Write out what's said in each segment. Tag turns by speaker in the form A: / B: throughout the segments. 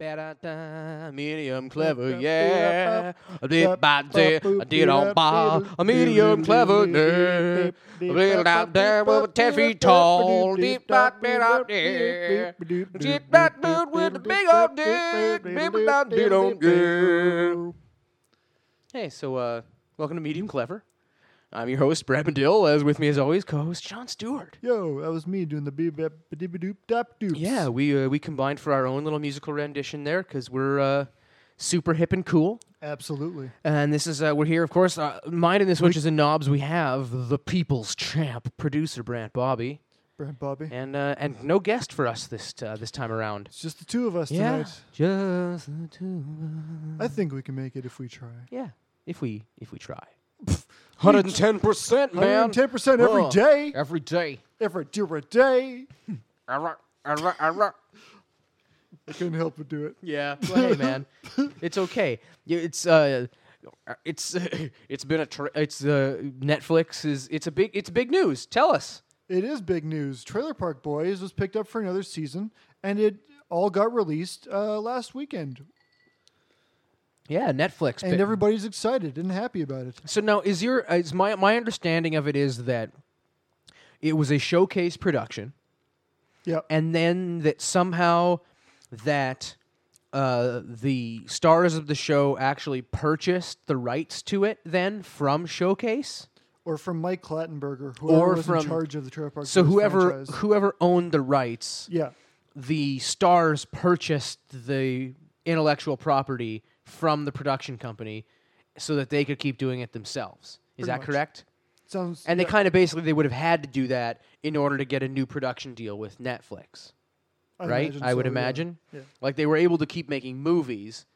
A: Ba-da-da, medium clever, yeah. A dip by dip, a did on bar, a medium clever, yeah. A little out there with ten feet tall, deep dot bit out there. Deep that boot with a big old dick, people not did on yeah. Hey, so uh, welcome to Medium Clever. I'm your host, Brad Medill, as with me as always, co-host John Stewart.
B: Yo, that was me doing the beep bap doop doop doop.
A: Yeah, we uh, we combined for our own little musical rendition there because we're uh, super hip and cool.
B: absolutely.
A: And this is uh, we're here, of course, uh, minding the switches and knobs. We have the People's Champ producer Brant Bobby,
B: Brent Bobby.
A: and uh, and no guest for us this uh, this time around.
B: It's just the two of us
A: Yeah,
B: tonight.
A: just the two. of us.
B: I think we can make it if we try.
A: Yeah, if we if we try. Hundred and ten percent, man.
B: 110% every
A: Whoa.
B: day.
A: Every day.
B: Every different day.
A: All right, all right, all right.
B: I couldn't help but do it.
A: Yeah. Well, hey, man, it's okay. You- It's uh, it's it's been a tra- it's uh, Netflix is it's a big it's big news. Tell us.
B: It is big news. Trailer Park Boys was picked up for another season, and it all got released uh, last weekend.
A: Yeah, Netflix.
B: And
A: pick-
B: everybody's excited and happy about it.
A: so now is your is my my understanding of it is that it was a showcase production,
B: Yeah.
A: and then that somehow that uh, the stars of the show actually purchased the rights to it then from Showcase.
B: Or from Mike Clattenberger, whoever
A: Or
B: was
A: from-
B: in charge of the Trailer Park
A: So
B: Boys
A: whoever
B: franchise.
A: whoever owned the rights
B: Yeah.
A: the stars purchased the intellectual property from the production company so that they could keep doing it themselves. Is
B: Pretty
A: that
B: much.
A: correct?
B: Sounds
A: And
B: yeah,
A: they kind of basically they would have had to do that in order to get a new production deal with Netflix, right?
B: imagine
A: I would
B: so, yeah.
A: imagine.
B: Yeah.
A: Like they were able to keep making movies.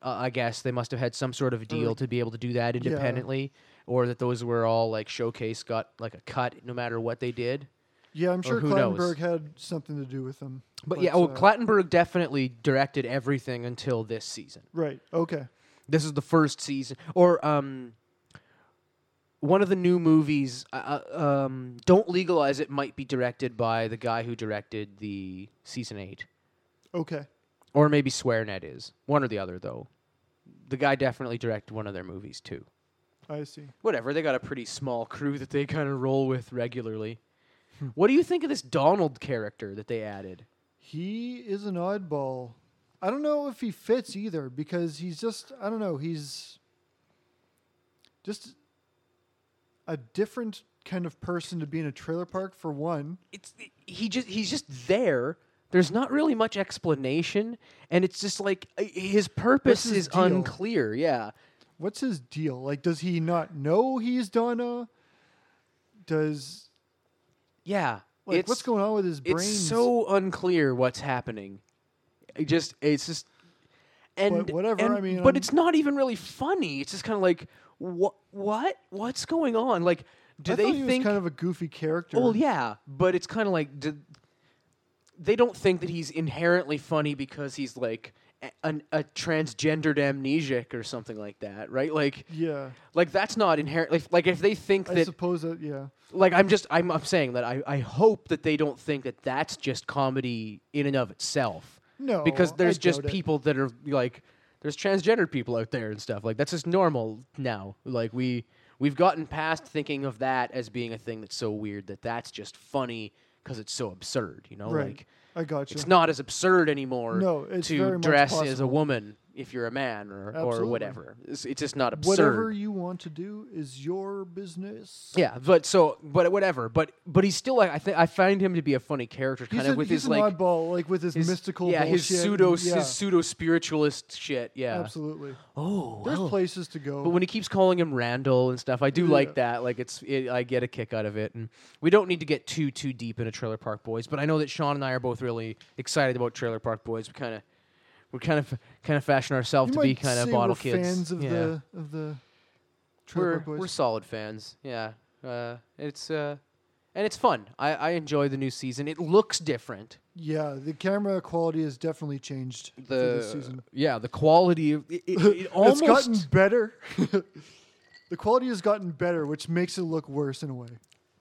A: Uh, I guess they must have had some sort of deal to be able to do that independently or that those were all like showcase got like a cut no matter what they did.
B: Yeah, I'm sure
A: who knows?
B: Clattenburg had something to do with them.
A: But yeah, oh,
B: uh,
A: Clattenburg definitely directed everything until this season.
B: right. Okay.
A: this is the first season or um one of the new movies uh, uh, um don't legalize it might be directed by the guy who directed the season 8
B: Okay.
A: or maybe swearnet is one or the other though the guy definitely directed one of their movies too
B: I see.
A: whatever they got a pretty small crew that they kind of roll with regularly what do you think of this donald character that they added
B: He is an oddball. I don't know if he fits either because he's just I don't know, he's just a different kind of person to be in a trailer park for one.
A: it's he just he's just there. There's not really much explanation, and it's just like uh, his purpose
B: his
A: is
B: deal?
A: unclear. Yeah,
B: What's his deal? Like does he not know he's Donna? Does
A: yeah.
B: like
A: it's,
B: what's going on with his brain?
A: It's so unclear what's happening. It just it's just and
B: But whatever,
A: and-
B: I mean,
A: but
B: I'm-
A: it's not even really funny. It's just kind of like what what what's going on? Like, do
B: I
A: they
B: thought he
A: think
B: was kind of a goofy character?
A: Well, yeah, but it's kind of like did, they don't think that he's inherently funny because he's like a, an, a transgendered amnesiac or something like that, right? Like,
B: Yeah.
A: like that's not inherent. Like, like if they think
B: I
A: that,
B: suppose that yeah.
A: like, I'm just, I'm, I'm saying that I, I hope that they don't think that that's just comedy in and of itself.
B: No,
A: because
B: I
A: there's just
B: doubt it.
A: people that are like, there's transgendered people out there and stuff. Like, that's just normal now. Like we. We've gotten past thinking of that as being a thing that's so weird that that's just funny because it's so absurd, you know?
B: Right.
A: Like
B: I got you.
A: it's not as absurd anymore
B: No, it's
A: to
B: very much
A: dress as a
B: possible.
A: woman if you're a man or, or
B: Absolutely.
A: whatever. It's, it's just not absurd.
B: Whatever you want to do is your business.
A: yeah, but so but whatever. But but he's still like I think I find him to be a funny character kind
B: He's,
A: of
B: a,
A: with
B: he's
A: his
B: an
A: like
B: oddball, like with his,
A: his-
B: mystical
A: yeah,
B: bullshit.
A: his pseudo
B: and- yeah,
A: his pseudo spiritualist shit. Yeah.
B: absolutely.
A: Oh.
B: There's
A: well.
B: places to go.
A: But when he keeps calling him Randall and stuff, I do
B: Yeah.
A: like that. Like it's, it, I get a kick out of it. And we don't need to get too too deep into Trailer Park Boys, but I know that Sean and I are both really excited about Trailer Park Boys. We kind of, we kind of, kind of fashion ourselves
B: you
A: to
B: might
A: be kind
B: say
A: of bottle
B: we're
A: kids.
B: fans of
A: yeah.
B: the of the Trailer
A: we're
B: Park
A: we're
B: Boys.
A: solid fans. Yeah, uh, it's uh, and it's fun. I I enjoy the new season. It looks different.
B: Yeah, the camera quality has definitely changed for
A: The
B: this season.
A: yeah, the quality of it, it, it almost
B: it's gotten better. the quality has gotten better, which makes it look worse in a way.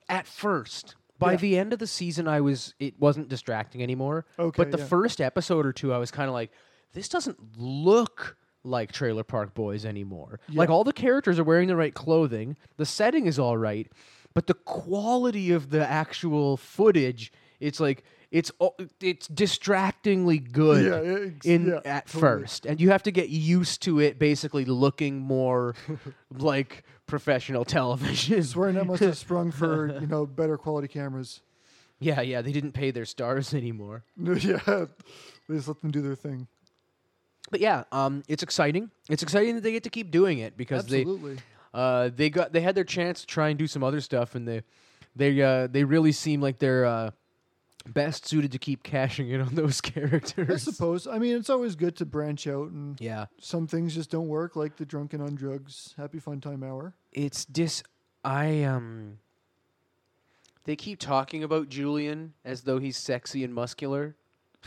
A: at first By
B: Yeah.
A: the end of the season, I was it wasn't distracting anymore.
B: Okay,
A: but the
B: yeah.
A: first episode or two, I was kind of like, this doesn't look like Trailer Park Boys anymore. Like
B: Yeah.
A: all the characters are wearing the right clothing, the setting is all right, but the quality of the actual footage, it's like it's o- it's distractingly good
B: Yeah, it's-
A: in
B: yeah,
A: at
B: totally.
A: first, and you have to get used to it. Basically, looking more like professional television.
B: Swearing that must have sprung for you know better quality cameras.
A: Yeah, yeah, they didn't pay their stars anymore.
B: yeah, they just let them do their thing.
A: But yeah, um, it's exciting. It's exciting that they get to keep doing it because
B: Absolutely.
A: they, uh, they got they had their chance to try and do some other stuff, and they, they, uh, they really seem like they're uh, best suited to keep cashing in on those
B: I
A: characters.
B: suppose. I mean, it's always good to branch out, and
A: yeah,
B: some things just don't work, like the drunken on drugs happy fun time hour.
A: it's dis. I um. They keep talking about Julian as though he's sexy and muscular,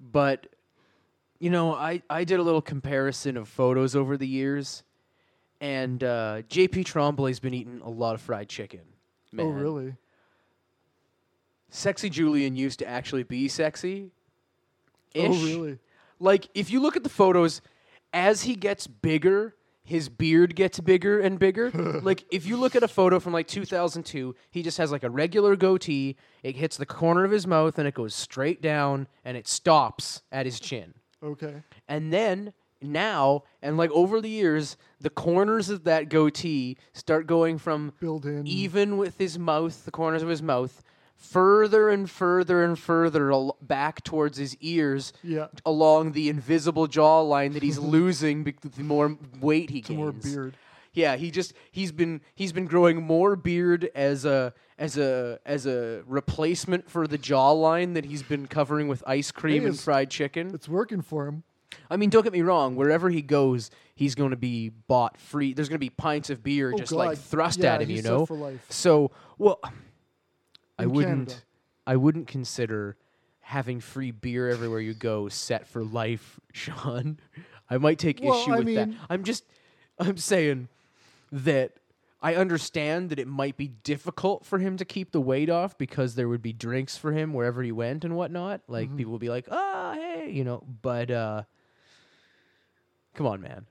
A: but you know, I I did a little comparison of photos over the years, and uh, J.P. Trombley's been eating a lot of fried chicken.
B: Oh,
A: man.
B: really?
A: Sexy Julian used to actually be sexy.
B: Oh, really?
A: Like if you look at the photos, as he gets bigger, his beard gets bigger and bigger. like if you look at a photo from like 2002, he just has like a regular goatee. It hits the corner of his mouth and it goes straight down and it stops at his chin.
B: Okay.
A: And then now and like over the years, the corners of that goatee start going from
B: Build in.
A: even with his mouth, the corners of his mouth, further and further and further al- back towards his ears,
B: Yeah.
A: along the invisible jawline that he's losing bec- the more weight he gains.
B: more beard.
A: Yeah, he just he's been he's been growing more beard as a as a as a replacement for the jawline that he's been covering with ice cream and
B: is-
A: fried chicken.
B: It's working for him.
A: I mean, don't get me wrong. Wherever he goes, he's going to be bought free. There's going to be pints of beer
B: Oh,
A: just like
B: God.
A: thrust
B: Yeah,
A: at him,
B: he's
A: you
B: set
A: know.
B: for life.
A: So, well, I
B: In
A: wouldn't.
B: Canada.
A: I wouldn't consider having free beer everywhere you go set for life, Sean. I might take
B: Well,
A: issue
B: I
A: with that.
B: mean-
A: I'm just. I'm saying that. I understand that it might be difficult for him to keep the weight off because there would be drinks for him wherever he went and whatnot. Like
B: Mm-hmm.
A: people would be like, "Ah, hey," you know. But uh, Come on, man.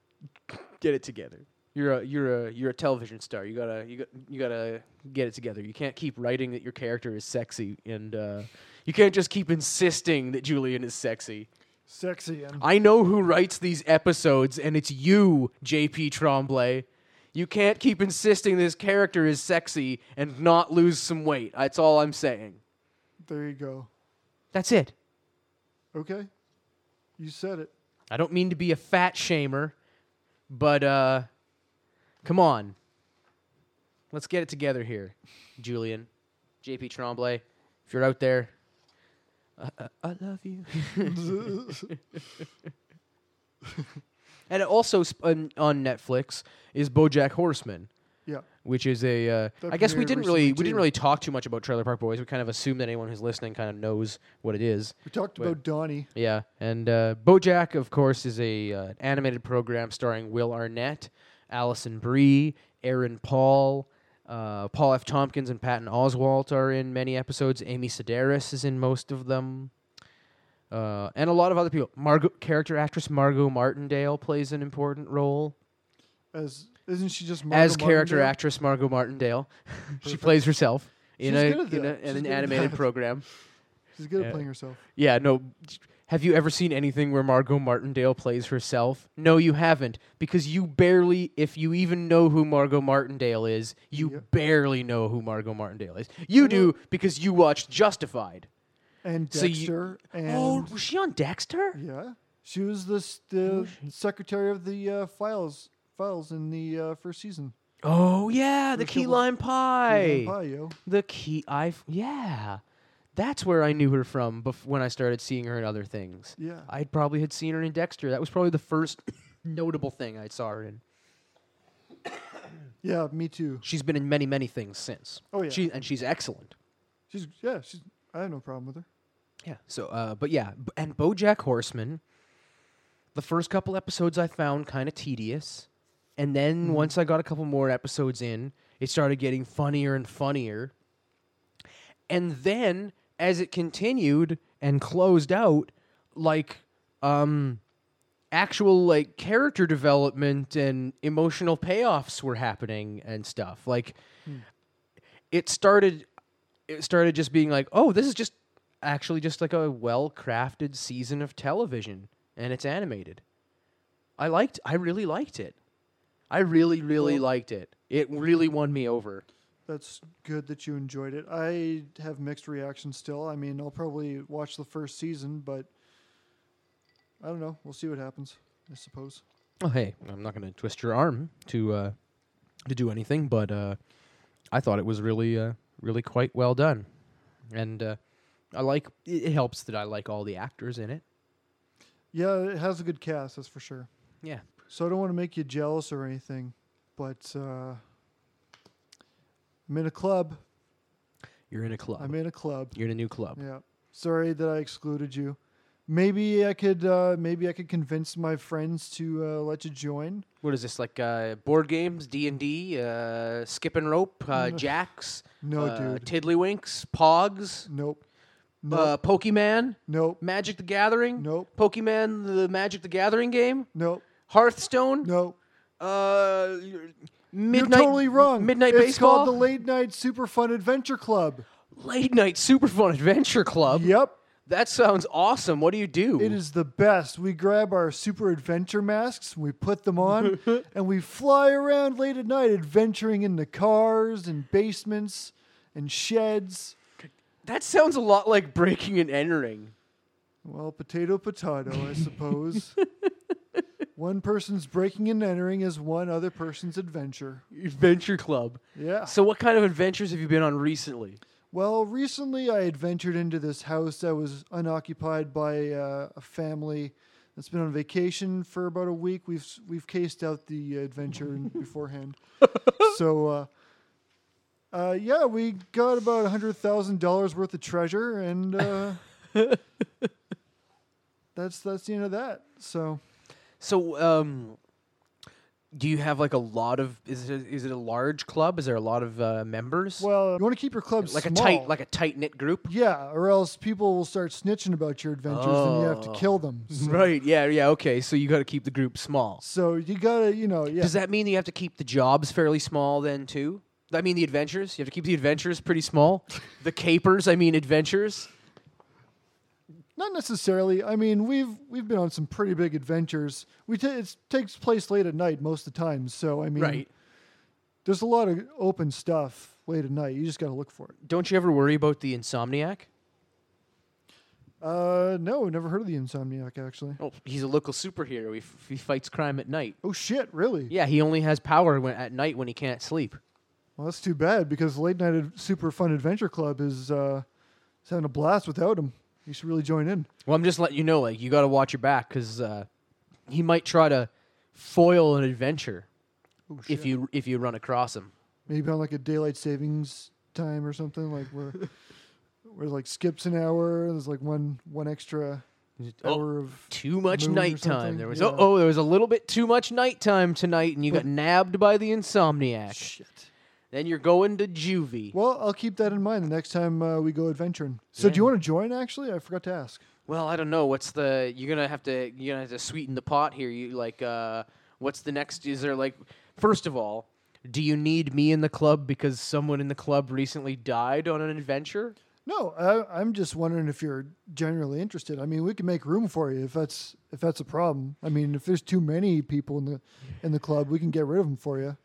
A: Get it together. You're a you're a you're a television star. You gotta you got you gotta get it together. You can't keep writing that your character is sexy, and uh, you can't just keep insisting that Julian is sexy.
B: Sexy and
A: I know who writes these episodes, and it's you, J.P. Tremblay. You can't keep insisting this character is sexy and not lose some weight. That's all I'm saying.
B: there you go.
A: That's it.
B: Okay. You said it.
A: I don't mean to be a fat shamer, but uh, come on. Let's get it together here, Julian, JP Tremblay. If you're out there, Uh, I, I, I love you. and also sp- on, on Netflix is BoJack Horseman,
B: yeah.
A: which is a. Uh,
B: That
A: I guess we
B: premiered
A: didn't really
B: recently,
A: we didn't
B: too.
A: really talk too much about Trailer Park Boys. We kind of assume that anyone who's listening kind of knows what it is.
B: We talked
A: Wait.
B: about Donnie.
A: Yeah, and uh, BoJack, of course, is a uh, animated program starring Will Arnett, Allison Brie, Aaron Paul, uh, Paul F. Tompkins, and Patton Oswalt are in many episodes. Amy Sedaris is in most of them, uh, and a lot of other people. Margot, character actress Margot Martindale plays an important role
B: As isn't she just
A: as
B: Margot
A: character
B: Martindale?
A: actress Margot Martindale. she plays herself in
B: She's
A: a,
B: good at
A: in, a,
B: that.
A: in
B: She's
A: an
B: good at
A: animated
B: that.
A: program.
B: She's good
A: Yeah.
B: at playing herself.
A: Yeah, no. Have you ever seen anything where Margot Martindale plays herself? No, you haven't, because you barely, if you even know who Margot Martindale is, you
B: Yeah.
A: barely know who Margot Martindale is. You do because you watched Justified.
B: And
A: So you-
B: Dexter and
A: oh, was she on Dexter?
B: yeah, she was the s-
A: Oh,
B: the secretary of the uh, files files in the uh, first season.
A: Oh yeah, the
B: Rachel
A: key
B: was-
A: lime pie.
B: Hi, yo.
A: The key I yeah. That's where I knew her from bef- when I started seeing her in other things.
B: Yeah.
A: I probably had seen her in Dexter. That was probably the first notable thing I saw her in.
B: Yeah, me too.
A: She's been in many, many things since.
B: Oh, yeah.
A: She, and she's excellent.
B: She's yeah, she's I have no problem with her.
A: Yeah. So, uh, but yeah, b- and BoJack Horseman. The first couple episodes I found kind of tedious, and
B: Mm-hmm.
A: then once I got a couple more episodes in, it started getting funnier and funnier. and then as it continued and closed out, like um, actual like character development and emotional payoffs were happening and stuff. Like it started, it started just being like, oh, this is just actually just like a well crafted season of television, and it's animated. I liked, I really liked it. I really, really
B: Well-
A: liked it. It really won me over.
B: That's good that you enjoyed it. I have mixed reactions still. I mean, I'll probably watch the first season, but I don't know. We'll see what happens, I suppose.
A: Oh, hey, I'm not going to twist your arm to uh, to do anything, but uh, I thought it was really, uh, really quite well done, and uh, I like. It it helps that I like all the actors in it.
B: Yeah, it has a good cast, that's for sure.
A: Yeah.
B: So I don't want to make you jealous or anything, but uh, I'm in a club.
A: You're in a club.
B: I'm in a club.
A: You're in a new club.
B: Yeah. Sorry that I excluded you. Maybe I could uh, maybe I could convince my friends to uh, let you join.
A: What is this like? Uh, board games, D and D, uh, skip and rope, uh, jacks,
B: No,
A: uh,
B: dude.
A: tiddlywinks, pogs,
B: Nope.
A: uh,
B: Nope.
A: Pokemon,
B: nope.
A: Magic the Gathering,
B: Nope.
A: Pokemon, the Magic the Gathering game,
B: Nope.
A: Hearthstone,
B: Nope.
A: Uh, midnight.
B: You're totally wrong.
A: Midnight
B: it's
A: baseball.
B: called the Late Night Super Fun Adventure Club.
A: Late night super fun adventure club.
B: Yep.
A: That sounds awesome. What do you do?
B: It is the best. We grab our super adventure masks, we put them on, and we fly around late at night adventuring into cars and basements and sheds.
A: that sounds a lot like breaking and entering.
B: Well, potato potato, I suppose. one person's breaking and entering is one other person's adventure.
A: Adventure club.
B: Yeah.
A: So, what kind of adventures have you been on recently?
B: Well, recently I adventured into this house that was unoccupied by uh, a family that's been on vacation for about a week. We've s- we've cased out the adventure in- beforehand, so uh, uh, yeah, we got about hundred thousand dollars worth of treasure, and uh, that's that's the end of that. So
A: So, um, do you have like a lot of? Is it is it a large club? Is there a lot of uh, members?
B: well, you want to keep your club
A: like
B: small.
A: a tight, like a tight knit group.
B: yeah, or else people will start snitching about your adventures, and you have to
A: Oh.
B: kill them. So,
A: Right. Yeah. Yeah. Okay. So you got to keep the group small.
B: so you gotta, you know, yeah.
A: Does that mean that you have to keep the jobs fairly small then too? I mean the adventures. You have to keep the adventures pretty small. the capers. I mean adventures.
B: Not necessarily. I mean, we've we've been on some pretty big adventures. We t- it takes place late at night most of the time, so I mean,
A: Right.
B: there's a lot of open stuff late at night. You just got to look for it.
A: Don't you ever worry about the insomniac?
B: Uh, no, never heard of the Insomniac actually.
A: Oh, he's a local superhero. He, f- he fights crime at night.
B: Oh shit, really?
A: Yeah, he only has power when, at night when he can't sleep.
B: Well, that's too bad because late night Ad- super fun adventure club is uh, is having a blast without him. You should really join in.
A: Well, I'm just letting you know, like you got to watch your back because uh, he might try to foil an adventure
B: Oh shit.
A: if you if you run across him.
B: Maybe on like a daylight savings time or something like where where like skips an hour. There's like one one extra
A: Oh,
B: hour of
A: too much
B: moon or
A: nighttime.
B: something,
A: There was
B: yeah.
A: oh, oh, there was a little bit too much nighttime tonight, and you got
B: But-
A: nabbed by the insomniac.
B: shit.
A: Then you're going to juvie.
B: Well, I'll keep that in mind the next time uh, we go adventuring. So, do you
A: Yeah.
B: want to join? Actually, I forgot to ask.
A: Well, I don't know. What's the you're gonna have to you're gonna have to sweeten the pot here. You like uh, what's the next? Is there like first of all, do you need me in the club because someone in the club recently died on an adventure?
B: No, I, I'm just wondering if you're generally interested. I mean, we can make room for you if that's if that's a problem. I mean, if there's too many people in the in the club, we can get rid of them for you.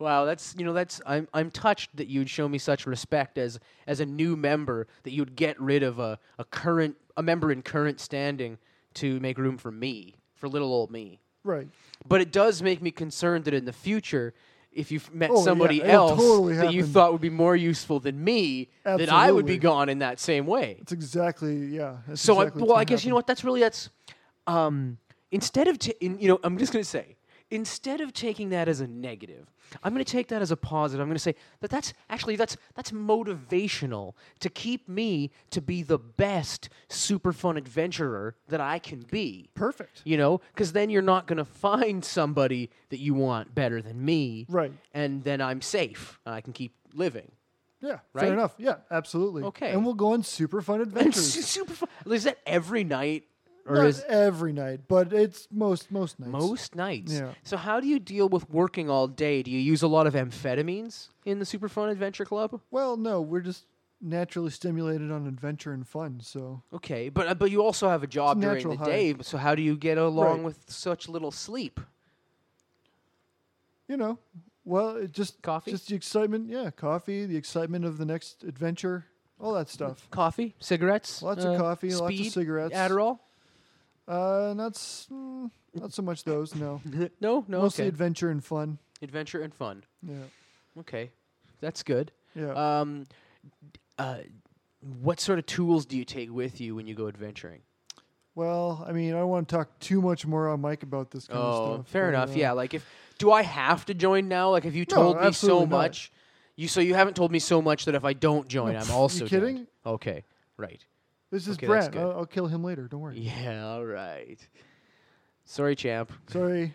A: Wow, that's you know that's I'm I'm touched that you'd show me such respect as as a new member that you'd get rid of a a current a member in current standing to make room for me for little old me.
B: Right?
A: But it does make me concerned that in the future, if you met
B: Oh, yeah,
A: somebody
B: it'll
A: else
B: totally
A: that you
B: happen.
A: thought would be more useful than me, that I would be
B: Absolutely.
A: gone in that same way.
B: That's exactly yeah. that's
A: So,
B: exactly
A: I,
B: what's
A: well,
B: gonna
A: I guess you know
B: happen.
A: what? That's really that's um, instead of t- in, you know, I'm just gonna say instead of taking that as a negative, I'm gonna take that as a positive. I'm gonna say that that's actually that's that's motivational to keep me to be the best super fun adventurer that I can be
B: Perfect.
A: you know because then you're not going to find somebody that you want better than me
B: Right.
A: and then i'm safe and i can keep living
B: Yeah,
A: Right?
B: fair enough. Yeah, absolutely.
A: Okay.
B: And we'll go on super fun
A: It's
B: adventures.
A: super fun. Is that every night? Or
B: Not
A: is
B: every night, but it's most most nights.
A: most nights?
B: Yeah.
A: So how do you deal with working all day? Do you use a lot of amphetamines in the Superfun Adventure Club?
B: Well, no, we're just naturally stimulated on adventure and fun. So
A: Okay, but uh, but you also have a job during
B: natural
A: the
B: high.
A: day. So how do you get along
B: Right.
A: with such little sleep?
B: you know, well, it just
A: Coffee?
B: just the excitement. Yeah, coffee, the excitement of the next adventure, all that stuff.
A: Coffee, cigarettes,
B: Lots of
A: uh,
B: coffee, lots of
A: speed,
B: cigarettes.
A: Adderall.
B: Uh, not s- mm, not so much those. No,
A: no, no.
B: mostly
A: okay.
B: adventure and fun.
A: adventure and fun.
B: Yeah,
A: Okay, that's good.
B: yeah.
A: Um, d- uh, what sort of tools do you take with you when you go adventuring?
B: well, I mean, I don't want to talk too much more on Mike about this kind of
A: Oh,
B: stuff.
A: fair
B: but,
A: enough.
B: uh,
A: Yeah, like if do I have to join now? Like if you
B: No,
A: told me so
B: absolutely not.
A: much, you so you haven't told me so much that if I don't join,
B: No,
A: I'm
B: pff,
A: also
B: you
A: dead.
B: kidding?
A: Okay, right.
B: This is
A: Okay, that's
B: Brent.
A: good.
B: I'll, I'll kill him later. Don't worry.
A: Yeah, all right. Sorry, champ.
B: Sorry.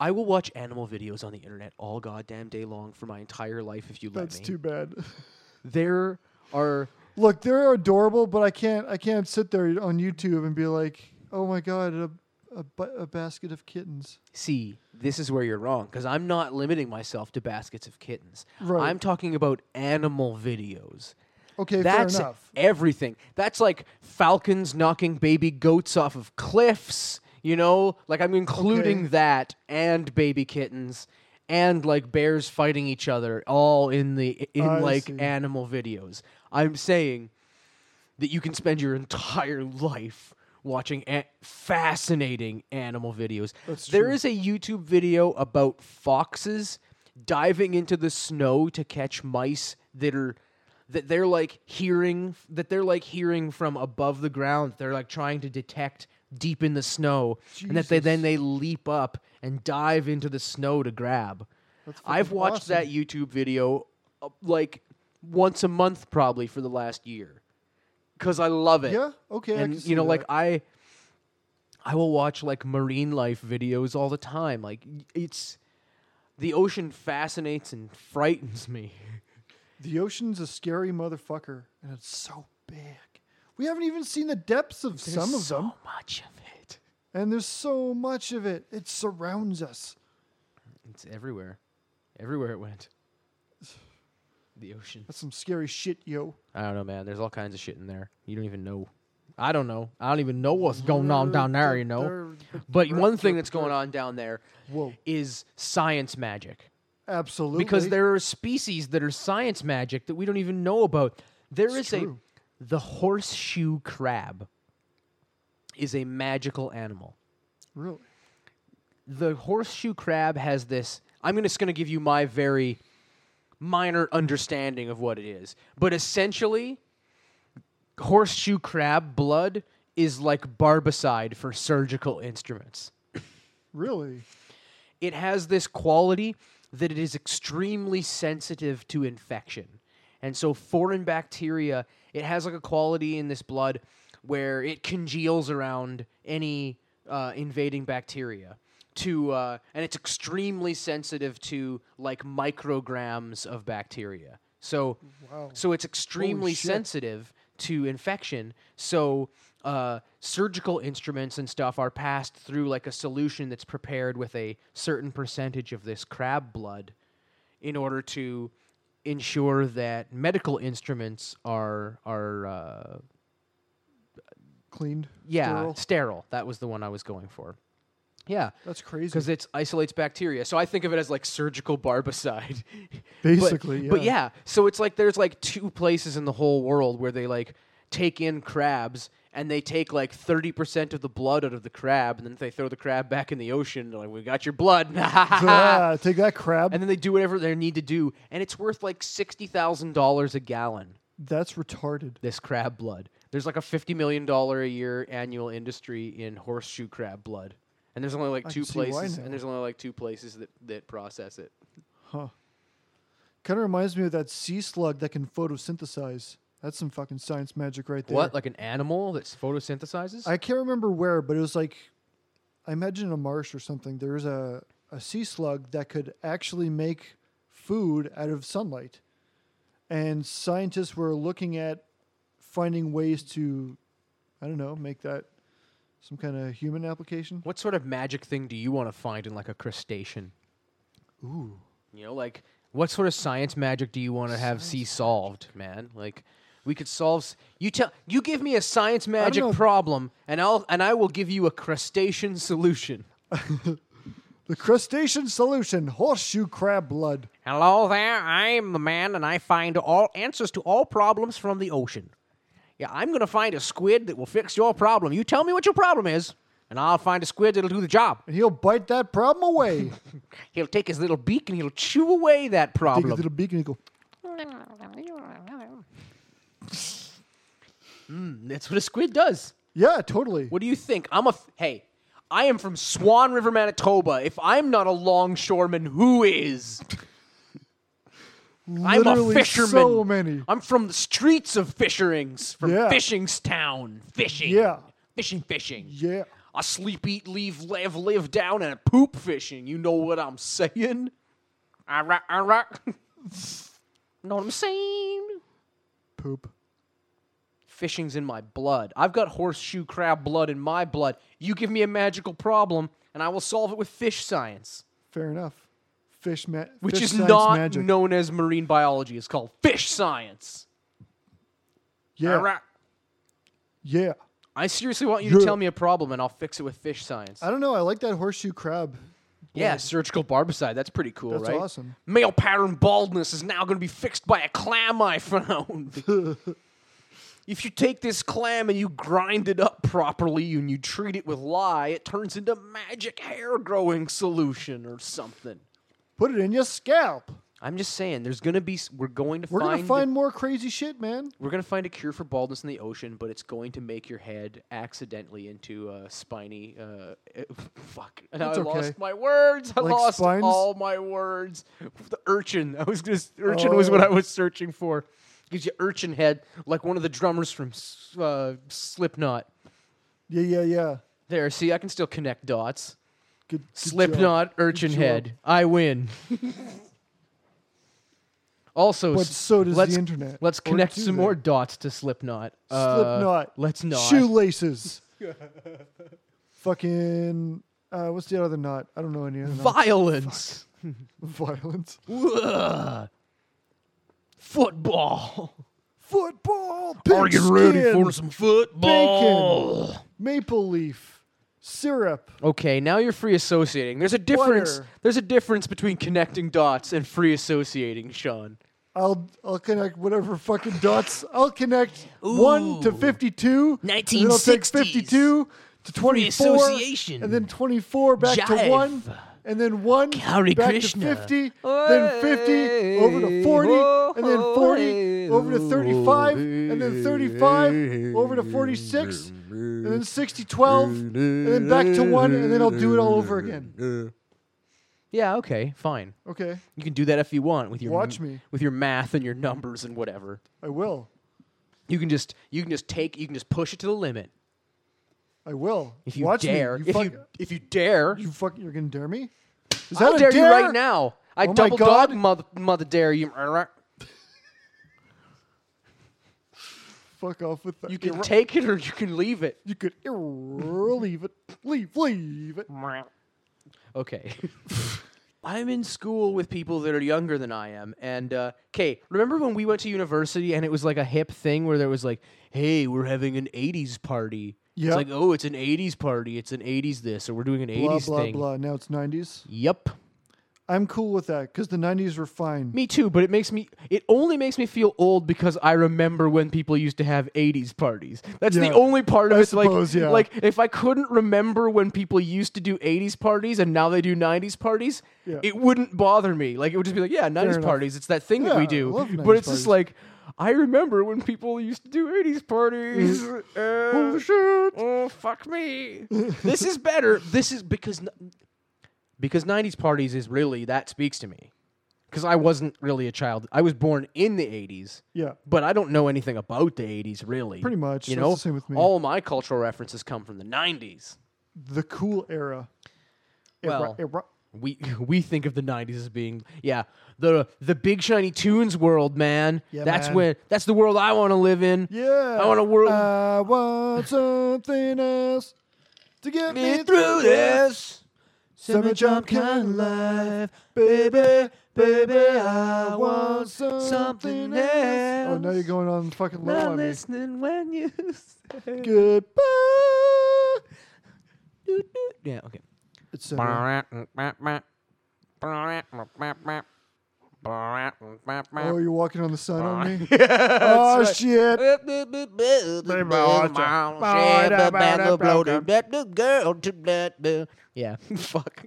A: I will watch animal videos on the internet all goddamn day long for my entire life if you let
B: That's
A: me.
B: too bad.
A: there are
B: Look, they're adorable, but I can't I can't sit there on YouTube and be like, "Oh my god, a a, ba- a basket of kittens."
A: see, this is where you're wrong because I'm not limiting myself to baskets of kittens.
B: Right.
A: I'm talking about animal videos.
B: Okay,
A: That's
B: fair enough.
A: everything. That's like falcons knocking baby goats off of cliffs, you know? Like I'm including
B: Okay.
A: that and baby kittens and like bears fighting each other all in the in
B: I
A: like
B: see.
A: animal videos. I'm saying that you can spend your entire life watching a- fascinating animal videos.
B: That's
A: There
B: true.
A: is a YouTube video about foxes diving into the snow to catch mice that are that they're like hearing that they're like hearing from above the ground. They're like trying to detect deep in the snow and that they then they leap up and dive into the snow to grab. I've
B: fucking
A: watched
B: awesome.
A: that YouTube video uh, like once a month probably for the last year because I love it.
B: Yeah. Okay. I can
A: and
B: see
A: you know, like
B: that.
A: I, I will watch like marine life videos all the time. Like y- it's the ocean fascinates and frightens me.
B: the ocean's a scary motherfucker, and it's so big. We haven't even seen the depths of some of
A: so
B: them,
A: much of it.
B: and there's so much of it. It surrounds us.
A: It's everywhere, everywhere it went. The ocean.
B: That's some scary shit, yo.
A: I don't know, man. There's all kinds of shit in there. You don't even know. I don't know. I don't even know what's going on down there. You know. But one thing that's going on down there
B: Whoa.
A: is science magic.
B: Absolutely.
A: because there are species that are science magic that we don't even know about. There is
B: It's true.
A: a the horseshoe crab is a magical animal.
B: really.
A: The horseshoe crab has this I'm gonna- just going to give you my very minor understanding of what it is. But essentially horseshoe crab blood is like barbicide for surgical instruments.
B: Really.
A: it has this quality that it is extremely sensitive to infection. And so foreign bacteria, it has like a quality in this blood where it congeals around any uh, invading bacteria. To uh, and it's extremely sensitive to like micrograms of bacteria. So
B: Wow.
A: so it's extremely
B: shit.
A: sensitive to infection. So uh, surgical instruments and stuff are passed through like a solution that's prepared with a certain percentage of this crab blood in order to ensure that medical instruments are are uh,
B: Cleaned.
A: yeah
B: sterile.
A: sterile. That was the one I was going for. Yeah,
B: That's crazy.
A: because it isolates bacteria. So I think of it as like surgical barbicide. But-
B: Basically,
A: But yeah, so it's like there's like two places in the whole world where they like take in crabs and they take like 30% of the blood out of the crab and then they throw the crab back in the ocean. They're like, we got your blood.
B: Ah, take that crab.
A: and then they do whatever they need to do. And it's worth like $60,000 a gallon,
B: That's retarded.
A: this crab blood. There's like a $50 million a year annual industry in horseshoe crab blood. And there's only like
B: I
A: two
B: can see why
A: places,
B: now.
A: and there's only like two places that, that process it.
B: Kind of reminds me of that sea slug that can photosynthesize. That's some fucking science magic right there.
A: What, like an animal that photosynthesizes?
B: I can't remember where, but it was like, I imagine a marsh or something. There was a, a sea slug that could actually make food out of sunlight. and scientists were looking at finding ways to, I don't know, make that some kind of human application.
A: What sort of magic thing do you want to find in like a crustacean?
B: Ooh,
A: You know, like what sort of science magic do you want to have see solved, man? Like we could solve. s- You tell you give me a science magic
B: know.
A: problem, and I'll and I will give you a crustacean solution.
B: the crustacean solution: horseshoe crab blood.
A: Hello there, I'm the man, and I find all answers to all problems from the ocean. Yeah, I'm gonna find a squid that will fix your problem. You tell me what your problem is, and I'll find a squid that'll do the job.
B: And he'll bite that problem away.
A: He'll take his little beak and he'll chew away that
B: Take his
A: problem.
B: little beak and he'll go.
A: That's what a squid does.
B: Yeah, totally.
A: What do you think? I'm a f- hey. I am from Swan River, Manitoba. If I'm not a longshoreman, who is? I'm a
B: Literally
A: fisherman.
B: So many.
A: I'm from the streets of Fisherings, from
B: Yeah.
A: Fishingstown, fishing,
B: Yeah.
A: fishing, fishing.
B: Yeah.
A: I sleep, eat, leave, live, live down, and poop fishing. You know what I'm saying? All right, all right. know what I'm saying?
B: Poop.
A: Fishing's in my blood. I've got horseshoe crab blood in my blood. You give me a magical problem, and I will solve it with fish science,
B: Fair enough. Fish ma-
A: which
B: fish
A: is
B: science
A: not
B: magic.
A: known as marine biology. It's called fish science.
B: yeah.
A: All right.
B: Yeah.
A: I seriously want you to
B: Yeah.
A: tell me a problem, and I'll fix it with fish science.
B: I don't know. I like that horseshoe crab.
A: Yeah, surgical barbicide. That's pretty cool,
B: That's
A: right?
B: awesome.
A: Male pattern baldness is now going to be fixed by a clam I found. if you take this clam and you grind it up properly and you treat it with lye, it turns into magic hair growing solution or something.
B: Put it in your scalp.
A: I'm just saying, there's going to be s- we're going to
B: We're
A: find,
B: gonna find more crazy shit, man.
A: we're going to find a cure for baldness in the ocean, but it's going to make your head accidentally into a spiny uh, fuck. And
B: That's
A: I
B: okay.
A: lost my words. I
B: Like
A: lost
B: spines?
A: all my words. The urchin. I was just urchin was what
B: Oh.
A: I was searching for. Gives you urchin head like one of the drummers from S- uh, Slipknot.
B: Yeah, yeah, yeah.
A: There, see, I can still connect dots.
B: Good, good job.
A: Slipknot, urchin
B: job.
A: head. I win. also,
B: But
A: s-
B: so does
A: let's
B: the internet.
A: Let's
B: Or
A: connect
B: do
A: some
B: they?
A: more dots to Slipknot. Uh,
B: Slipknot.
A: let's not.
B: Shoelaces. Fucking. Uh, what's the other knot? I don't know any other knots.
A: Violence.
B: Violence.
A: Ugh. Football.
B: Football.
A: Are you ready for some football?
B: bacon? Maple leaf. Syrup.
A: Okay, now you're free associating. There's a difference.
B: Butter.
A: There's a difference between connecting dots and free associating, Sean.
B: I'll I'll connect whatever fucking dots. I'll connect one to
A: Ooh.
B: fifty-two. and then I'll take
A: 1960s.
B: fifty-two to twenty-four,
A: association.
B: and then twenty-four back
A: Jive.
B: to one, and then one
A: Hare
B: back
A: Krishna.
B: to fifty, then fifty over to forty, and then forty over to thirty-five, and then thirty-five over to forty-six, and then 60, 12, and then back to one, and then I'll do it all over again.
A: Yeah. Okay. Fine.
B: Okay,
A: You can do that if you want with your
B: Watch me.
A: with your math and your numbers and whatever.
B: I will.
A: You can just you can just take you can just push it to the limit
B: I will.
A: if you
B: Watch
A: dare.
B: Me. You
A: if
B: fuck,
A: you if you dare,
B: You fuck, you're gonna dare me? Is
A: I'll
B: a Oh
A: dare, you right now. I
B: my
A: double
B: God.
A: dog mother mother dare you.
B: Fuck off with that.
A: You can take it or you can leave it.
B: You could er- leave it. Leave, leave it.
A: Okay. I'm in school with people that are younger than I am. And, okay, remember when we went to university and it was like a hip thing where there was like, hey, we're having an 80s party?
B: Yeah.
A: It's like, oh, it's an 80s party. It's an 80s this, or we're doing an
B: Blah
A: 80s
B: blah
A: thing.
B: blah. Now it's 90s.
A: Yep.
B: I'm cool with that because the 90s were fine.
A: Me too, but it makes me, it only makes me feel old because I remember when people used to have 80s parties. That's the
B: Yeah.
A: only part of
B: I
A: it. like-
B: suppose, yeah.
A: Like, if I couldn't remember when people used to do 80s parties and now they do 90s parties,
B: Yeah.
A: it wouldn't bother me. Like, it would just be like, yeah, 90s
B: enough.
A: parties. It's that thing that
B: Yeah, I
A: we do.
B: love 90s
A: But it's just like,
B: parties.
A: I remember when people used to do 80s parties.
B: Mm.
A: Uh,
B: Holy shit!
A: oh, fuck me. this is better. This is because. n- Because 90s parties is really, that speaks to me. Because I wasn't really a child. I was born in the 80s
B: Yeah,
A: but I don't know anything about the '80s really.
B: Pretty much,
A: you
B: that's
A: know.
B: the same with me.
A: All my cultural references come from the '90s.
B: the cool era.
A: Well,
B: era, era.
A: we we think of the '90s as being yeah the the big shiny tunes world, man.
B: Yeah,
A: that's
B: man.
A: when that's the world I want to live in.
B: Yeah. Uh,
A: I want a world-
B: I want something else to get
A: Me through this summer job kind of life, baby, baby. I want something else.
B: Oh, now you're going on fucking low
A: Not
B: on me.
A: listening when you say
B: Goodbye.
A: doo, doo. Yeah, okay.
B: It's so good. Oh,
A: Oh,
B: you're walking on the sun on me? oh, shit.
A: yeah, fuck.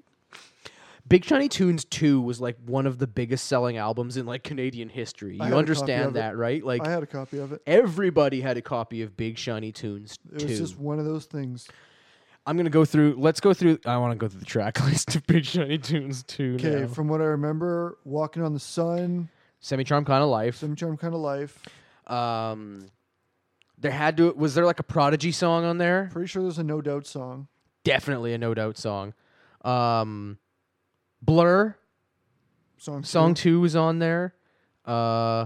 A: Big Shiny Tunes 2 was like one of the biggest selling albums in like Canadian history.
B: I
A: You
B: had a copy of
A: understand
B: it.
A: that, right? Like
B: I had a copy of it.
A: everybody had a copy of Big Shiny Tunes 2.
B: It was just one of those things.
A: I'm gonna go through. Let's go through. I want to go through the track list of Big Shiny Tunes too.
B: Okay,
A: now.
B: from what I remember, Walking on the Sun,
A: Semi Charm kind of life.
B: Some Charm Kind of Life.
A: Um, there had to was there like a Prodigy song on there?
B: Pretty sure there's a No Doubt song.
A: Definitely a No Doubt song. Um, Blur
B: Song.
A: song
B: two.
A: two was on there. Uh,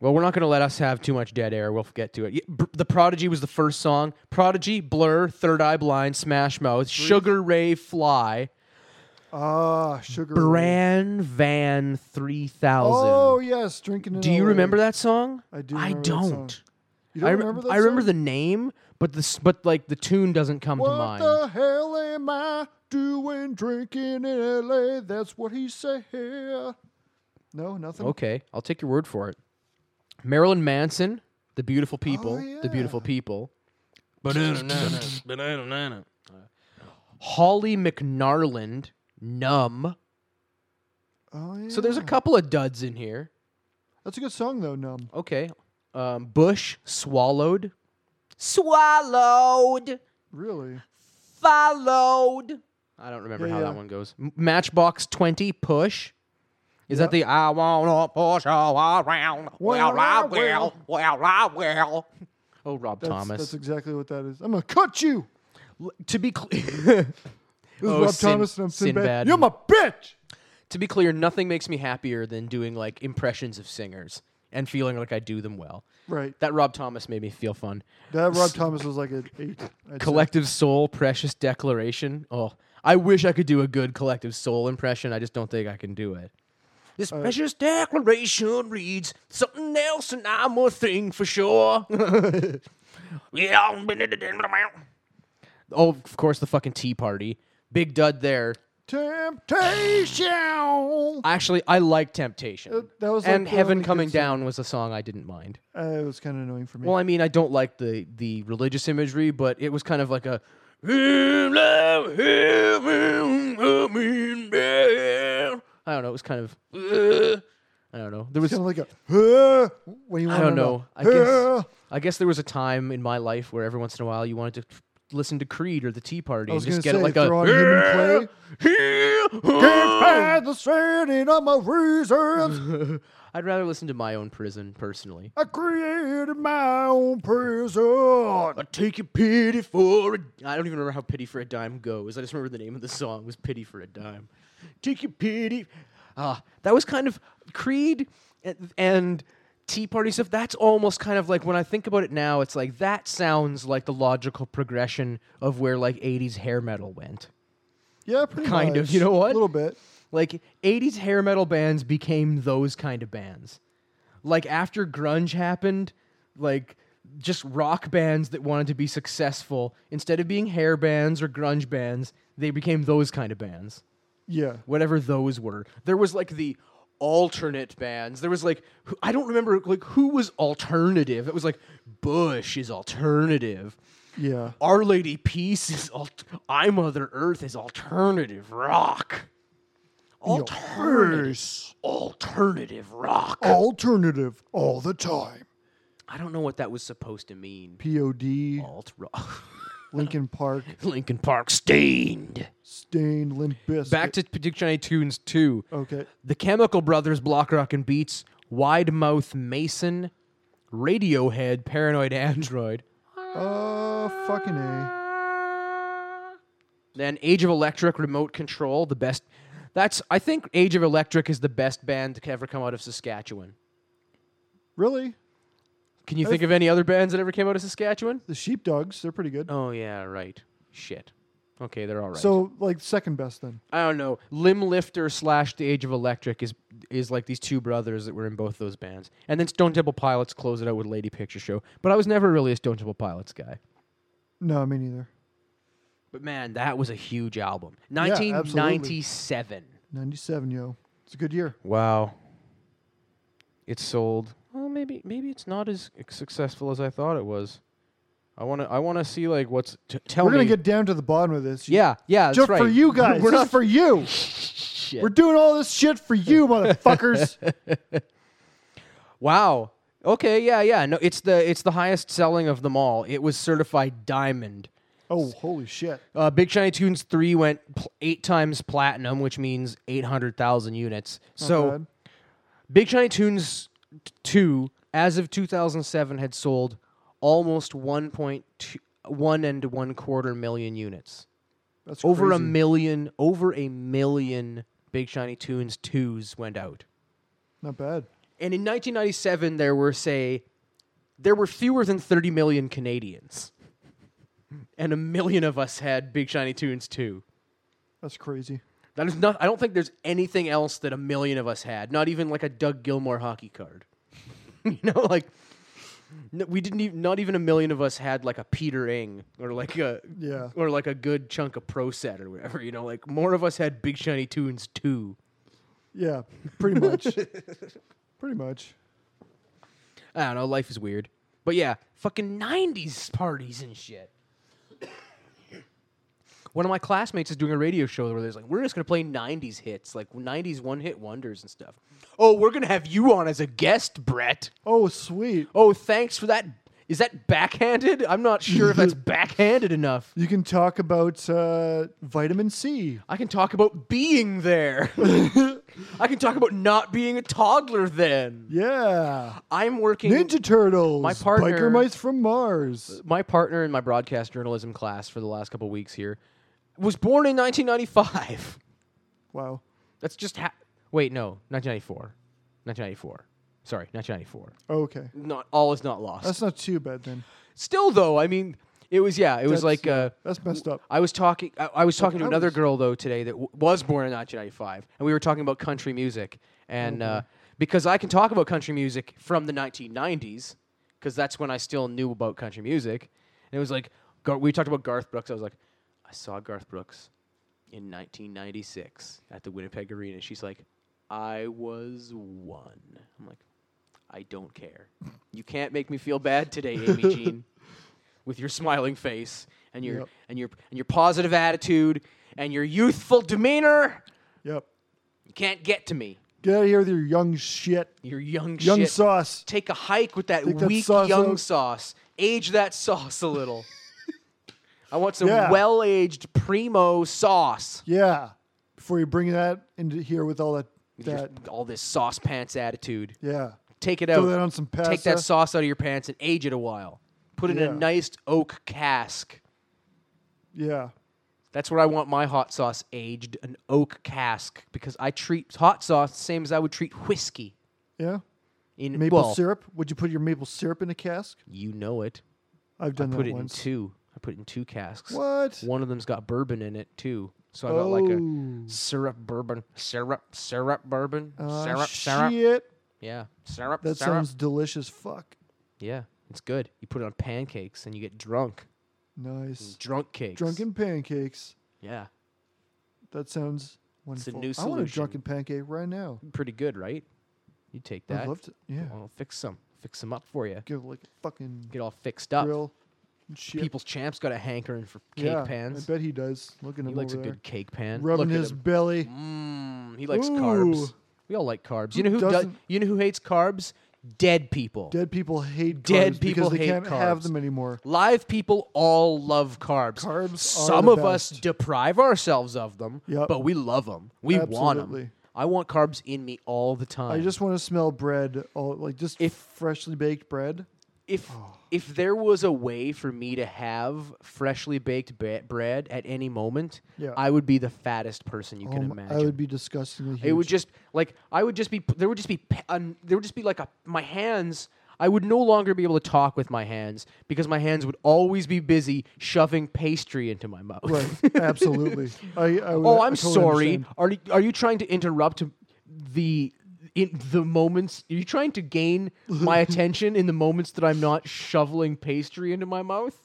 A: well, we're not gonna let us have too much dead air. We'll get to it. Yeah, Br- The Prodigy was the first song. Prodigy, Blur, Third Eye Blind, Smash Mouth, Sugar Ray, Fly.
B: Ah, Sugar. Ray.
A: Bran Van 3000.
B: Oh yes, drinking. In
A: do you
B: LA.
A: remember that song?
B: I do
A: I
B: remember that song.
A: don't.
B: You don't
A: I
B: remember that?
A: I remember
B: song?
A: the name, but this but like the tune doesn't come
B: What
A: to mind.
B: the hell am I doing drinking in L.A.? That's what he said. No, nothing.
A: Okay, I'll take your word for it. Marilyn Manson, The Beautiful People, The Beautiful
B: Oh, yeah.
A: People. Banana, banana, banana, banana. Holly McNarland, Numb.
B: Oh yeah.
A: So there's a couple of duds in here.
B: That's a good song though. Numb.
A: Okay. Um, Bush, Swallowed. Swallowed.
B: Really.
A: followed. I don't remember
B: Yeah,
A: how
B: yeah.
A: that one goes. M- Matchbox 20 push. Is
B: Yeah.
A: that the I wanna push all around? Well, I will. Well, I will. Oh, Rob
B: That's,
A: Thomas.
B: That's exactly what that is. I'm gonna cut you.
A: L- to be clear,
B: This
A: Oh,
B: is Rob
A: Sin-
B: Thomas and I'm Sinbad.
A: Sinbad.
B: You're my bitch.
A: to be clear, nothing makes me happier than doing like impressions of singers and feeling like I do them well.
B: Right.
A: That Rob Thomas made me feel fun.
B: That Rob Thomas was like an eight. I'd say.
A: Collective Soul, Precious Declaration. Oh, I wish I could do a good Collective Soul impression. I just don't think I can do it. This precious declaration reads something else, and I'm a thing for sure. Yeah, I'm been in the den- Oh, of course, the fucking Tea Party. Big dud there.
B: Temptation.
A: Actually, I like Temptation.
B: Uh, that was, like,
A: and
B: the only
A: Heaven
B: good
A: Coming
B: song.
A: Down was a song I didn't mind.
B: Uh, it was kind of annoying for me.
A: Well, I mean, I don't like the the religious imagery, but it was kind of like a. I don't know. It was kind of. I don't know. There was.
B: kind of like a "Huh?" when you
A: I don't
B: want to
A: know. I
B: "Huh?"
A: guess. I guess there was a time in my life where every once in a while you wanted to listen to Creed or the Tea Party
B: I was
A: and just get
B: gonna say,
A: it like
B: throw on hidden
A: a.
B: Can't find the standing on my reasons.
A: I'd rather listen to my own prison personally.
B: I created my own prison.
A: I take your pity for a. I don't even remember how pity for a dime goes. I just remember the name of the song was "Pity for a Dime." Take your pity. Ah, that was kind of Creed and, and Tea Party stuff. That's almost kind of like when I think about it now. It's like that sounds like the logical progression of where like '80s hair metal went.
B: Yeah, pretty
A: Kind of,
B: much.
A: you know what?
B: A little bit.
A: Like 80s hair metal bands became those kind of bands. Like after grunge happened, like just rock bands that wanted to be successful, instead of being hair bands or grunge bands, they became those kind of bands.
B: Yeah.
A: Whatever those were. There was like the alternate bands. There was like who- I don't remember like who was alternative. It was like Bush is alternative.
B: Yeah.
A: Our Lady Peace is alt- I Mother Earth is alternative rock. Alternative,
B: Curse.
A: alternative rock.
B: Alternative all the time.
A: I don't know what that was supposed to mean.
B: POD,
A: Alt rock.
B: Lincoln Park,
A: Lincoln Park stained.
B: Stained, Limp Bizkit.
A: Back to Prediction Tunes 2.
B: Okay.
A: The Chemical Brothers, Block Rock and Beats, Wide Mouth Mason, Radiohead, Paranoid Android.
B: Uh, fucking A.
A: Then Age of Electric, Remote Control, the best. That's I think Age of Electric is the best band to ever come out of Saskatchewan.
B: Really?
A: Can you think of any other bands that ever came out of Saskatchewan?
B: The Sheepdogs, they're pretty good.
A: Oh yeah, right. Shit. Okay, they're all right.
B: So like second best then.
A: I don't know. Limb Lifter slash The Age of Electric is is like these two brothers that were in both those bands, and then Stone Temple Pilots close it out with Lady Picture Show. But I was never really a Stone Temple Pilots guy.
B: No, me neither.
A: But man, that was a huge album.
B: absolutely.
A: 1997.
B: Ninety seven, yo. It's a good year.
A: wow. It sold. Well, maybe maybe it's not as successful as I thought it was. I want to I want to see like what's t- tell
B: We're
A: me.
B: gonna get down to the bottom of this.
A: yeah, yeah, that's
B: Just
A: right.
B: for you guys.
A: We're
B: We're
A: not
B: for you. We're doing all this shit for you, motherfuckers.
A: Wow. Okay, yeah, yeah. No, it's the it's the highest selling of them all. It was certified diamond.
B: oh, holy shit.
A: Uh, Big Shiny Tunes 3 went pl- 8 times platinum, which means 800,000 units. so
B: Bad.
A: Big Shiny Tunes t- 2 as of 2007 had sold almost 1.2 one and one quarter million units.
B: that's
A: Over a
B: crazy.
A: million, over a million Big Shiny Tunes 2s went out.
B: Not bad.
A: And in 1997, there were, say, there were fewer than 30 million Canadians. And a million of us had Big Shiny Tunes too.
B: That's crazy.
A: That is not, I don't think there's anything else that a million of us had, not even like a Doug Gilmore hockey card. you know, like, n we didn't even, not even a million of us had like a Peter Ing or like a,
B: Yeah.
A: or like a good chunk of Pro Set or whatever, you know, like more of us had Big Shiny Tunes too.
B: Yeah. Pretty much. pretty much.
A: I don't know. Life is weird. But yeah, fucking 90s parties and shit. One of my classmates is doing a radio show where there's like, we're just going to play 90s hits, like 90s one hit wonders and stuff. Oh, we're going to have you on as a guest, Brett.
B: Oh, sweet.
A: Oh, thanks for that. Is that backhanded? I'm not sure if that's backhanded enough.
B: You can talk about uh, vitamin C.
A: I can talk about being there. I can talk about not being a toddler then.
B: Yeah.
A: I'm working.
B: Ninja Turtles.
A: My partner- Uh,
B: Biker Mice from Mars.
A: my partner in my broadcast journalism class for the last couple weeks here was born in 1995.
B: Wow.
A: That's just ha- wait, no, 1994, 1994. Sorry, 1994.
B: Oh, okay.
A: Not all is not lost.
B: That's not too bad then.
A: Still though, I mean, it was yeah, it was
B: That's-
A: like uh,
B: That's messed up.
A: I was talking. I, I was talking to
B: I
A: another
B: was-
A: girl though today that w- was born in 1995, and we were talking about country music. And uh, because I can talk about country music from the 1990s, because that's when I still knew about country music. And it was like Gar- we talked about Garth Brooks. I was like, I saw Garth Brooks in 1996 at the Winnipeg Arena. She's like, I was one. I'm like, I don't care. You can't make me feel bad today, Amy Jean, with your smiling face and your
B: Yep.
A: and your and your positive attitude and your youthful demeanor.
B: Yep.
A: You can't get to me.
B: Get out of here with your young shit.
A: Your young,
B: Young
A: shit.
B: sauce.
A: Take a hike with that
B: Take that
A: weak
B: sauce
A: young
B: out.
A: sauce. Age that sauce a little. I want some
B: Yeah.
A: well-aged primo sauce.
B: Yeah. Before you bring that into here with all that.
A: Just
B: that
A: all this sauce pants attitude.
B: yeah.
A: Take it
B: Throw
A: out.
B: that on some pasta.
A: Take that sauce out of your pants and age it a while. Put it in
B: Yeah.
A: a nice oak cask.
B: Yeah.
A: That's where I want my hot sauce aged, an oak cask, because I treat hot sauce the same as I would treat whiskey.
B: Yeah.
A: In
B: Maple
A: well,
B: syrup. Would you put your maple syrup in a cask?
A: you know it.
B: I've done that
A: Put it
B: once.
A: in two. I put it in two casks.
B: What?
A: One of them's got bourbon in it too, so I got like
B: Oh.
A: a syrup bourbon, syrup, syrup bourbon,
B: Ah,
A: syrup, syrup.
B: shit.
A: Yeah, syrup,
B: That
A: syrup.
B: sounds delicious. Fuck.
A: Yeah, it's good. You put it on pancakes and you get drunk.
B: Nice.
A: Drunk cakes.
B: Drunken pancakes.
A: Yeah,
B: That sounds wonderful.
A: new
B: I want a
A: solution.
B: drunken pancake right now.
A: pretty good, right? You take that.
B: I'd love to. Yeah.
A: I'll fix some. Fix them up for you.
B: Give it like a fucking
A: Get all fixed up.
B: grill. and shit.
A: People's champ's got a hankering for cake
B: yeah,
A: pans.
B: I bet he does. Looking at
A: He
B: him
A: likes a
B: over there.
A: good cake pan.
B: Rubbing
A: Look at
B: his
A: him.
B: belly.
A: Mm, he likes carbs.
B: Ooh.
A: We all like carbs.
B: Who
A: You know who does?
B: doesn't?
A: You know who hates carbs? Dead people.
B: Dead people hate carbs
A: Dead people
B: because they
A: hate
B: can't have
A: carbs.
B: them anymore.
A: Live people all love carbs.
B: Carbs are
A: Some
B: the
A: of us
B: best.
A: deprive ourselves of them,
B: Yep.
A: but we love them. We want them.
B: Absolutely.
A: I want carbs in me all the time.
B: I just want to smell bread, all like just
A: If-
B: freshly baked bread.
A: if
B: Oh.
A: if there was a way for me to have freshly baked ba- bread at any moment,
B: Yeah.
A: I would be the fattest person you can
B: Um,
A: imagine.
B: I would be disgustingly huge.
A: It would just like I would just be there would just be pe- un, there would just be like a, my hands. I would no longer be able to talk with my hands because my hands would always be busy shoving pastry into my mouth.
B: right, absolutely. I, I would,
A: oh,
B: I
A: I'm
B: totally
A: sorry.
B: understand.
A: Are you, are you trying to interrupt the in the moments? Are you trying to gain my attention in the moments that I'm not shoveling pastry into my mouth?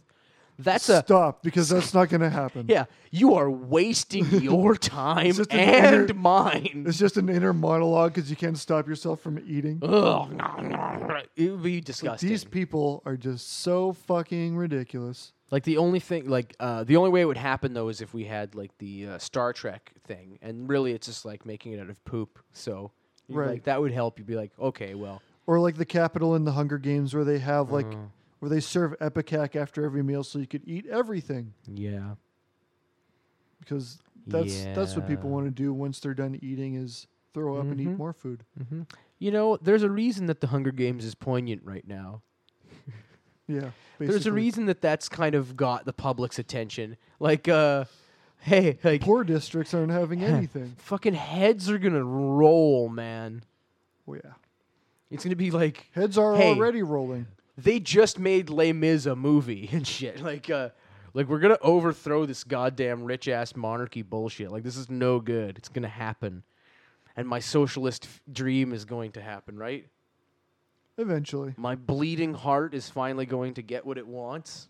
A: That's a
B: Stop, because that's not going to happen.
A: yeah. You are wasting your time
B: just an
A: and
B: inner-
A: mine.
B: It's just an inner monologue because you can't stop yourself from eating.
A: Ugh, no, no. It would be disgusting.
B: These people are just so fucking ridiculous.
A: like the only thing, like uh, the only way it would happen though is if we had like the uh, Star Trek thing, and really it's just like making it out of poop. So you'd be
B: Right.
A: like, that would help. You'd be like, okay, well,
B: Or like the capital in the Hunger Games where they have like
A: Uh-huh.
B: where they serve epicac after every meal so you could eat everything
A: yeah,
B: because that's that's what people
A: Yeah. Mm-hmm.
B: want to do once they're done eating is throw up and eat more food.
A: you know, there's a reason that the Hunger Games is poignant right now.
B: Yeah. Basically.
A: There's a reason that that's kind of got the public's attention. Like, uh, hey, like,
B: Poor districts aren't having anything.
A: fucking heads are gonna roll, man.
B: Oh yeah.
A: It's gonna be like
B: Heads are
A: Hey.
B: already rolling.
A: they just made Les Mis a movie and shit. Like, uh, like we're gonna overthrow this goddamn rich ass monarchy bullshit. Like, this is no good. It's gonna happen, and my socialist f- dream is going to happen. Right?
B: Eventually.
A: My bleeding heart is finally going to get what it wants.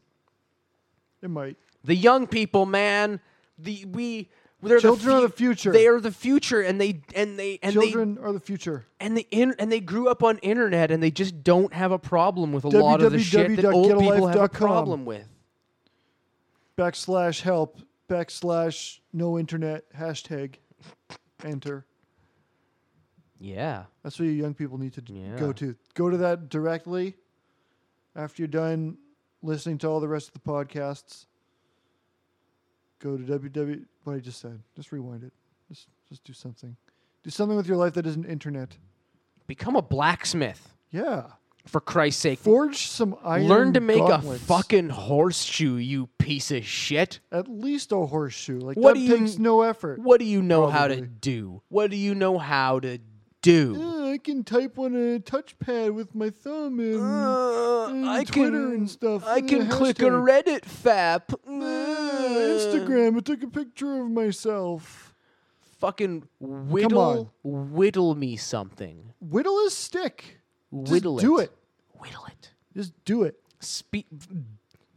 B: It might.
A: The young people, man. The we. They're
B: Children are
A: the
B: the future.
A: They are the future, and they and they and
B: Children are the future.
A: they and they in, and they grew up on internet, and they just don't have a problem with a lot of the shit that old people have a
B: www.getalife.com.
A: problem with.
B: Backslash help. Backslash no internet. Hashtag enter.
A: Yeah.
B: That's what you young people need to d-
A: Yeah.
B: go to. Go to that directly after you're done listening to all the rest of the podcasts. Go to www. What I just said. Just rewind it. Just just do something. Do something with your life that isn't internet.
A: Become a blacksmith,
B: Yeah.
A: for Christ's sake.
B: Forge some iron.
A: Learn to make
B: gauntlets.
A: a fucking horseshoe, you piece of shit.
B: At least a horseshoe. Like
A: What do
B: that
A: you-
B: takes no effort.
A: What do you know how to
B: Probably.
A: do? What do you know how to do?
B: Uh, I can type on a touchpad with my thumb and
A: Uh, I
B: Mm, Twitter
A: can,
B: and stuff.
A: I
B: Uh,
A: can click a
B: hashtag.
A: Reddit fap.
B: Uh,
A: Uh,
B: Instagram. I took a picture of myself.
A: Fucking whittle, whittle me something.
B: Whittle a stick. Just
A: Whittle
B: do it.
A: Whittle it.
B: Just do it.
A: Spe-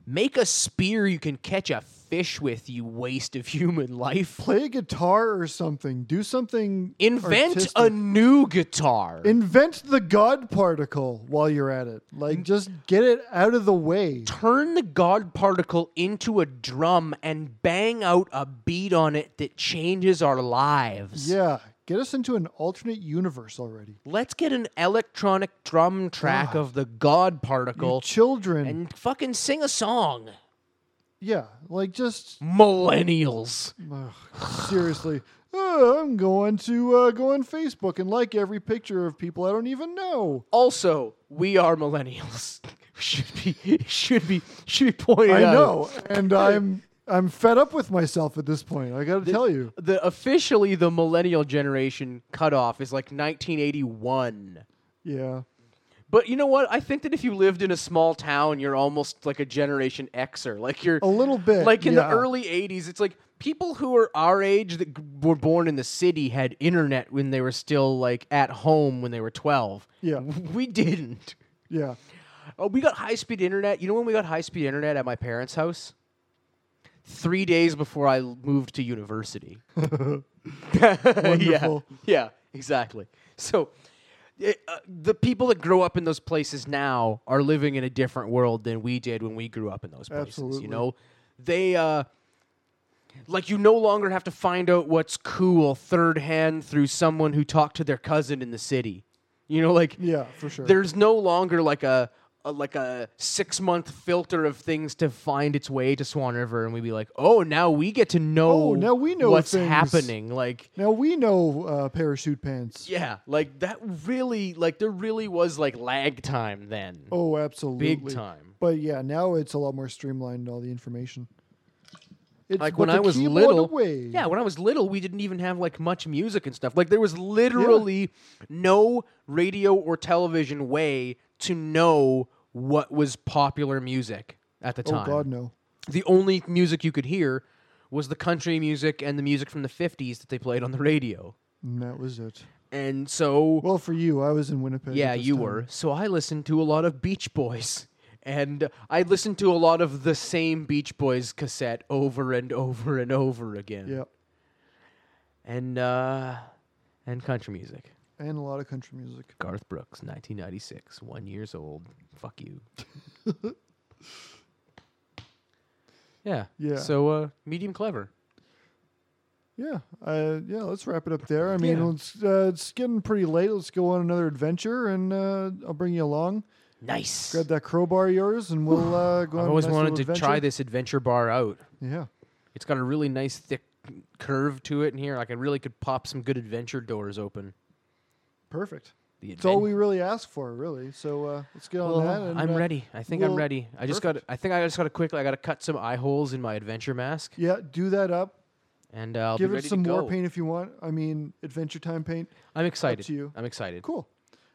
A: make a spear you can catch a fish with. You waste of human life.
B: Play a guitar or something. Do something.
A: Invent
B: artistic.
A: a new guitar.
B: Invent the God particle while you're at it. Like, just get it out of the way.
A: Turn the God particle into a drum and bang out a beat on it that changes our lives.
B: Yeah. Get us into an alternate universe already.
A: Let's get an electronic drum track
B: Ah.
A: of the God
B: You
A: particle
B: children.
A: and fucking sing a song.
B: yeah. Like, just
A: Millennials.
B: Ugh, seriously. Uh, I'm going to uh, go on Facebook and like every picture of people I don't even know.
A: Also, we are millennials. should be should be should be pointed
B: I
A: out.
B: know, and I'm I'm fed up with myself at this point. I got to tell you,
A: The officially the millennial generation cutoff is like 1981.
B: yeah,
A: But you know what? I think that if you lived in a small town, you're almost like a Generation Xer. Like you're
B: a little bit.
A: like in
B: yeah.
A: the early '80s. It's like people who are our age that g- were born in the city had internet when they were still like at home when they were 12.
B: Yeah.
A: we didn't.
B: yeah,
A: Oh, we got high speed internet. You know when we got high speed internet at my parents' house? Three days before I l- moved to university.
B: Wonderful.
A: Yeah, yeah exactly. So it, uh, the people that grow up in those places now are living in a different world than we did when we grew up in those places.
B: Absolutely.
A: You know, they. Uh, like you no longer have to find out what's cool third hand through someone who talked to their cousin in the city. You know, like
B: yeah, for sure.
A: there's no longer like a a, like a six month filter of things to find its way to Swan River, and we'd be like, oh, now we get to know.
B: Oh, now we know
A: what's
B: things.
A: happening. Like,
B: Now we know uh, parachute pants.
A: yeah, like that really, like there really was like lag time then,
B: Oh, absolutely.
A: big time.
B: But yeah, now it's a lot more streamlined. All the information. It's
A: Like
B: but
A: when
B: the
A: I was
B: keyboard
A: little,
B: away.
A: yeah, when I was little, we didn't even have like much music and stuff. Like there was literally no radio or television way to know what was popular music at the
B: Oh
A: time.
B: God, no.
A: the only music you could hear was the country music and the music from the 50s that they played on the radio.
B: And that was it.
A: And so,
B: Well, for you, I was in Winnipeg. at
A: yeah,
B: this
A: you
B: time.
A: were. So I listened to a lot of Beach Boys. And I listened to a lot of the same Beach Boys cassette over and over and over again.
B: Yeah,
A: And uh and country music.
B: and a lot of country music.
A: Garth Brooks, 1996, 1 years old. Fuck you. yeah.
B: Yeah.
A: So uh medium clever.
B: Yeah, uh, yeah. Let's wrap it up there. I mean,
A: Yeah.
B: it's uh, it's getting pretty late. Let's go on another adventure, and uh, I'll bring you along.
A: Nice.
B: Grab that crowbar of yours, and we'll uh, go. on
A: I've
B: a
A: always
B: nice
A: wanted
B: little
A: to
B: adventure.
A: try this adventure bar out.
B: Yeah,
A: It's got a really nice thick curve to it in here. Like I really could pop some good adventure doors open.
B: perfect.
A: The
B: It's all
A: adven-
B: we really ask for, really. So uh, let's get on
A: Well,
B: that. And,
A: I'm
B: uh,
A: ready. I think I'm
B: we'll-
A: ready. I just got.
B: perfect.
A: I think I just got to quickly. I got to cut some eye holes in my adventure mask,
B: Yeah, do that up.
A: and uh, I'll
B: Give
A: be
B: it
A: ready
B: some
A: to
B: more
A: go.
B: paint if you want. I mean, Adventure Time paint.
A: I'm excited.
B: to you.
A: I'm excited.
B: Cool.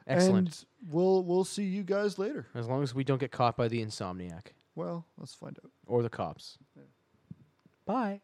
A: Excellent.
B: And we'll we'll see you guys later.
A: as long as we don't get caught by the insomniac
B: Well, let's find out.
A: or the cops. Bye.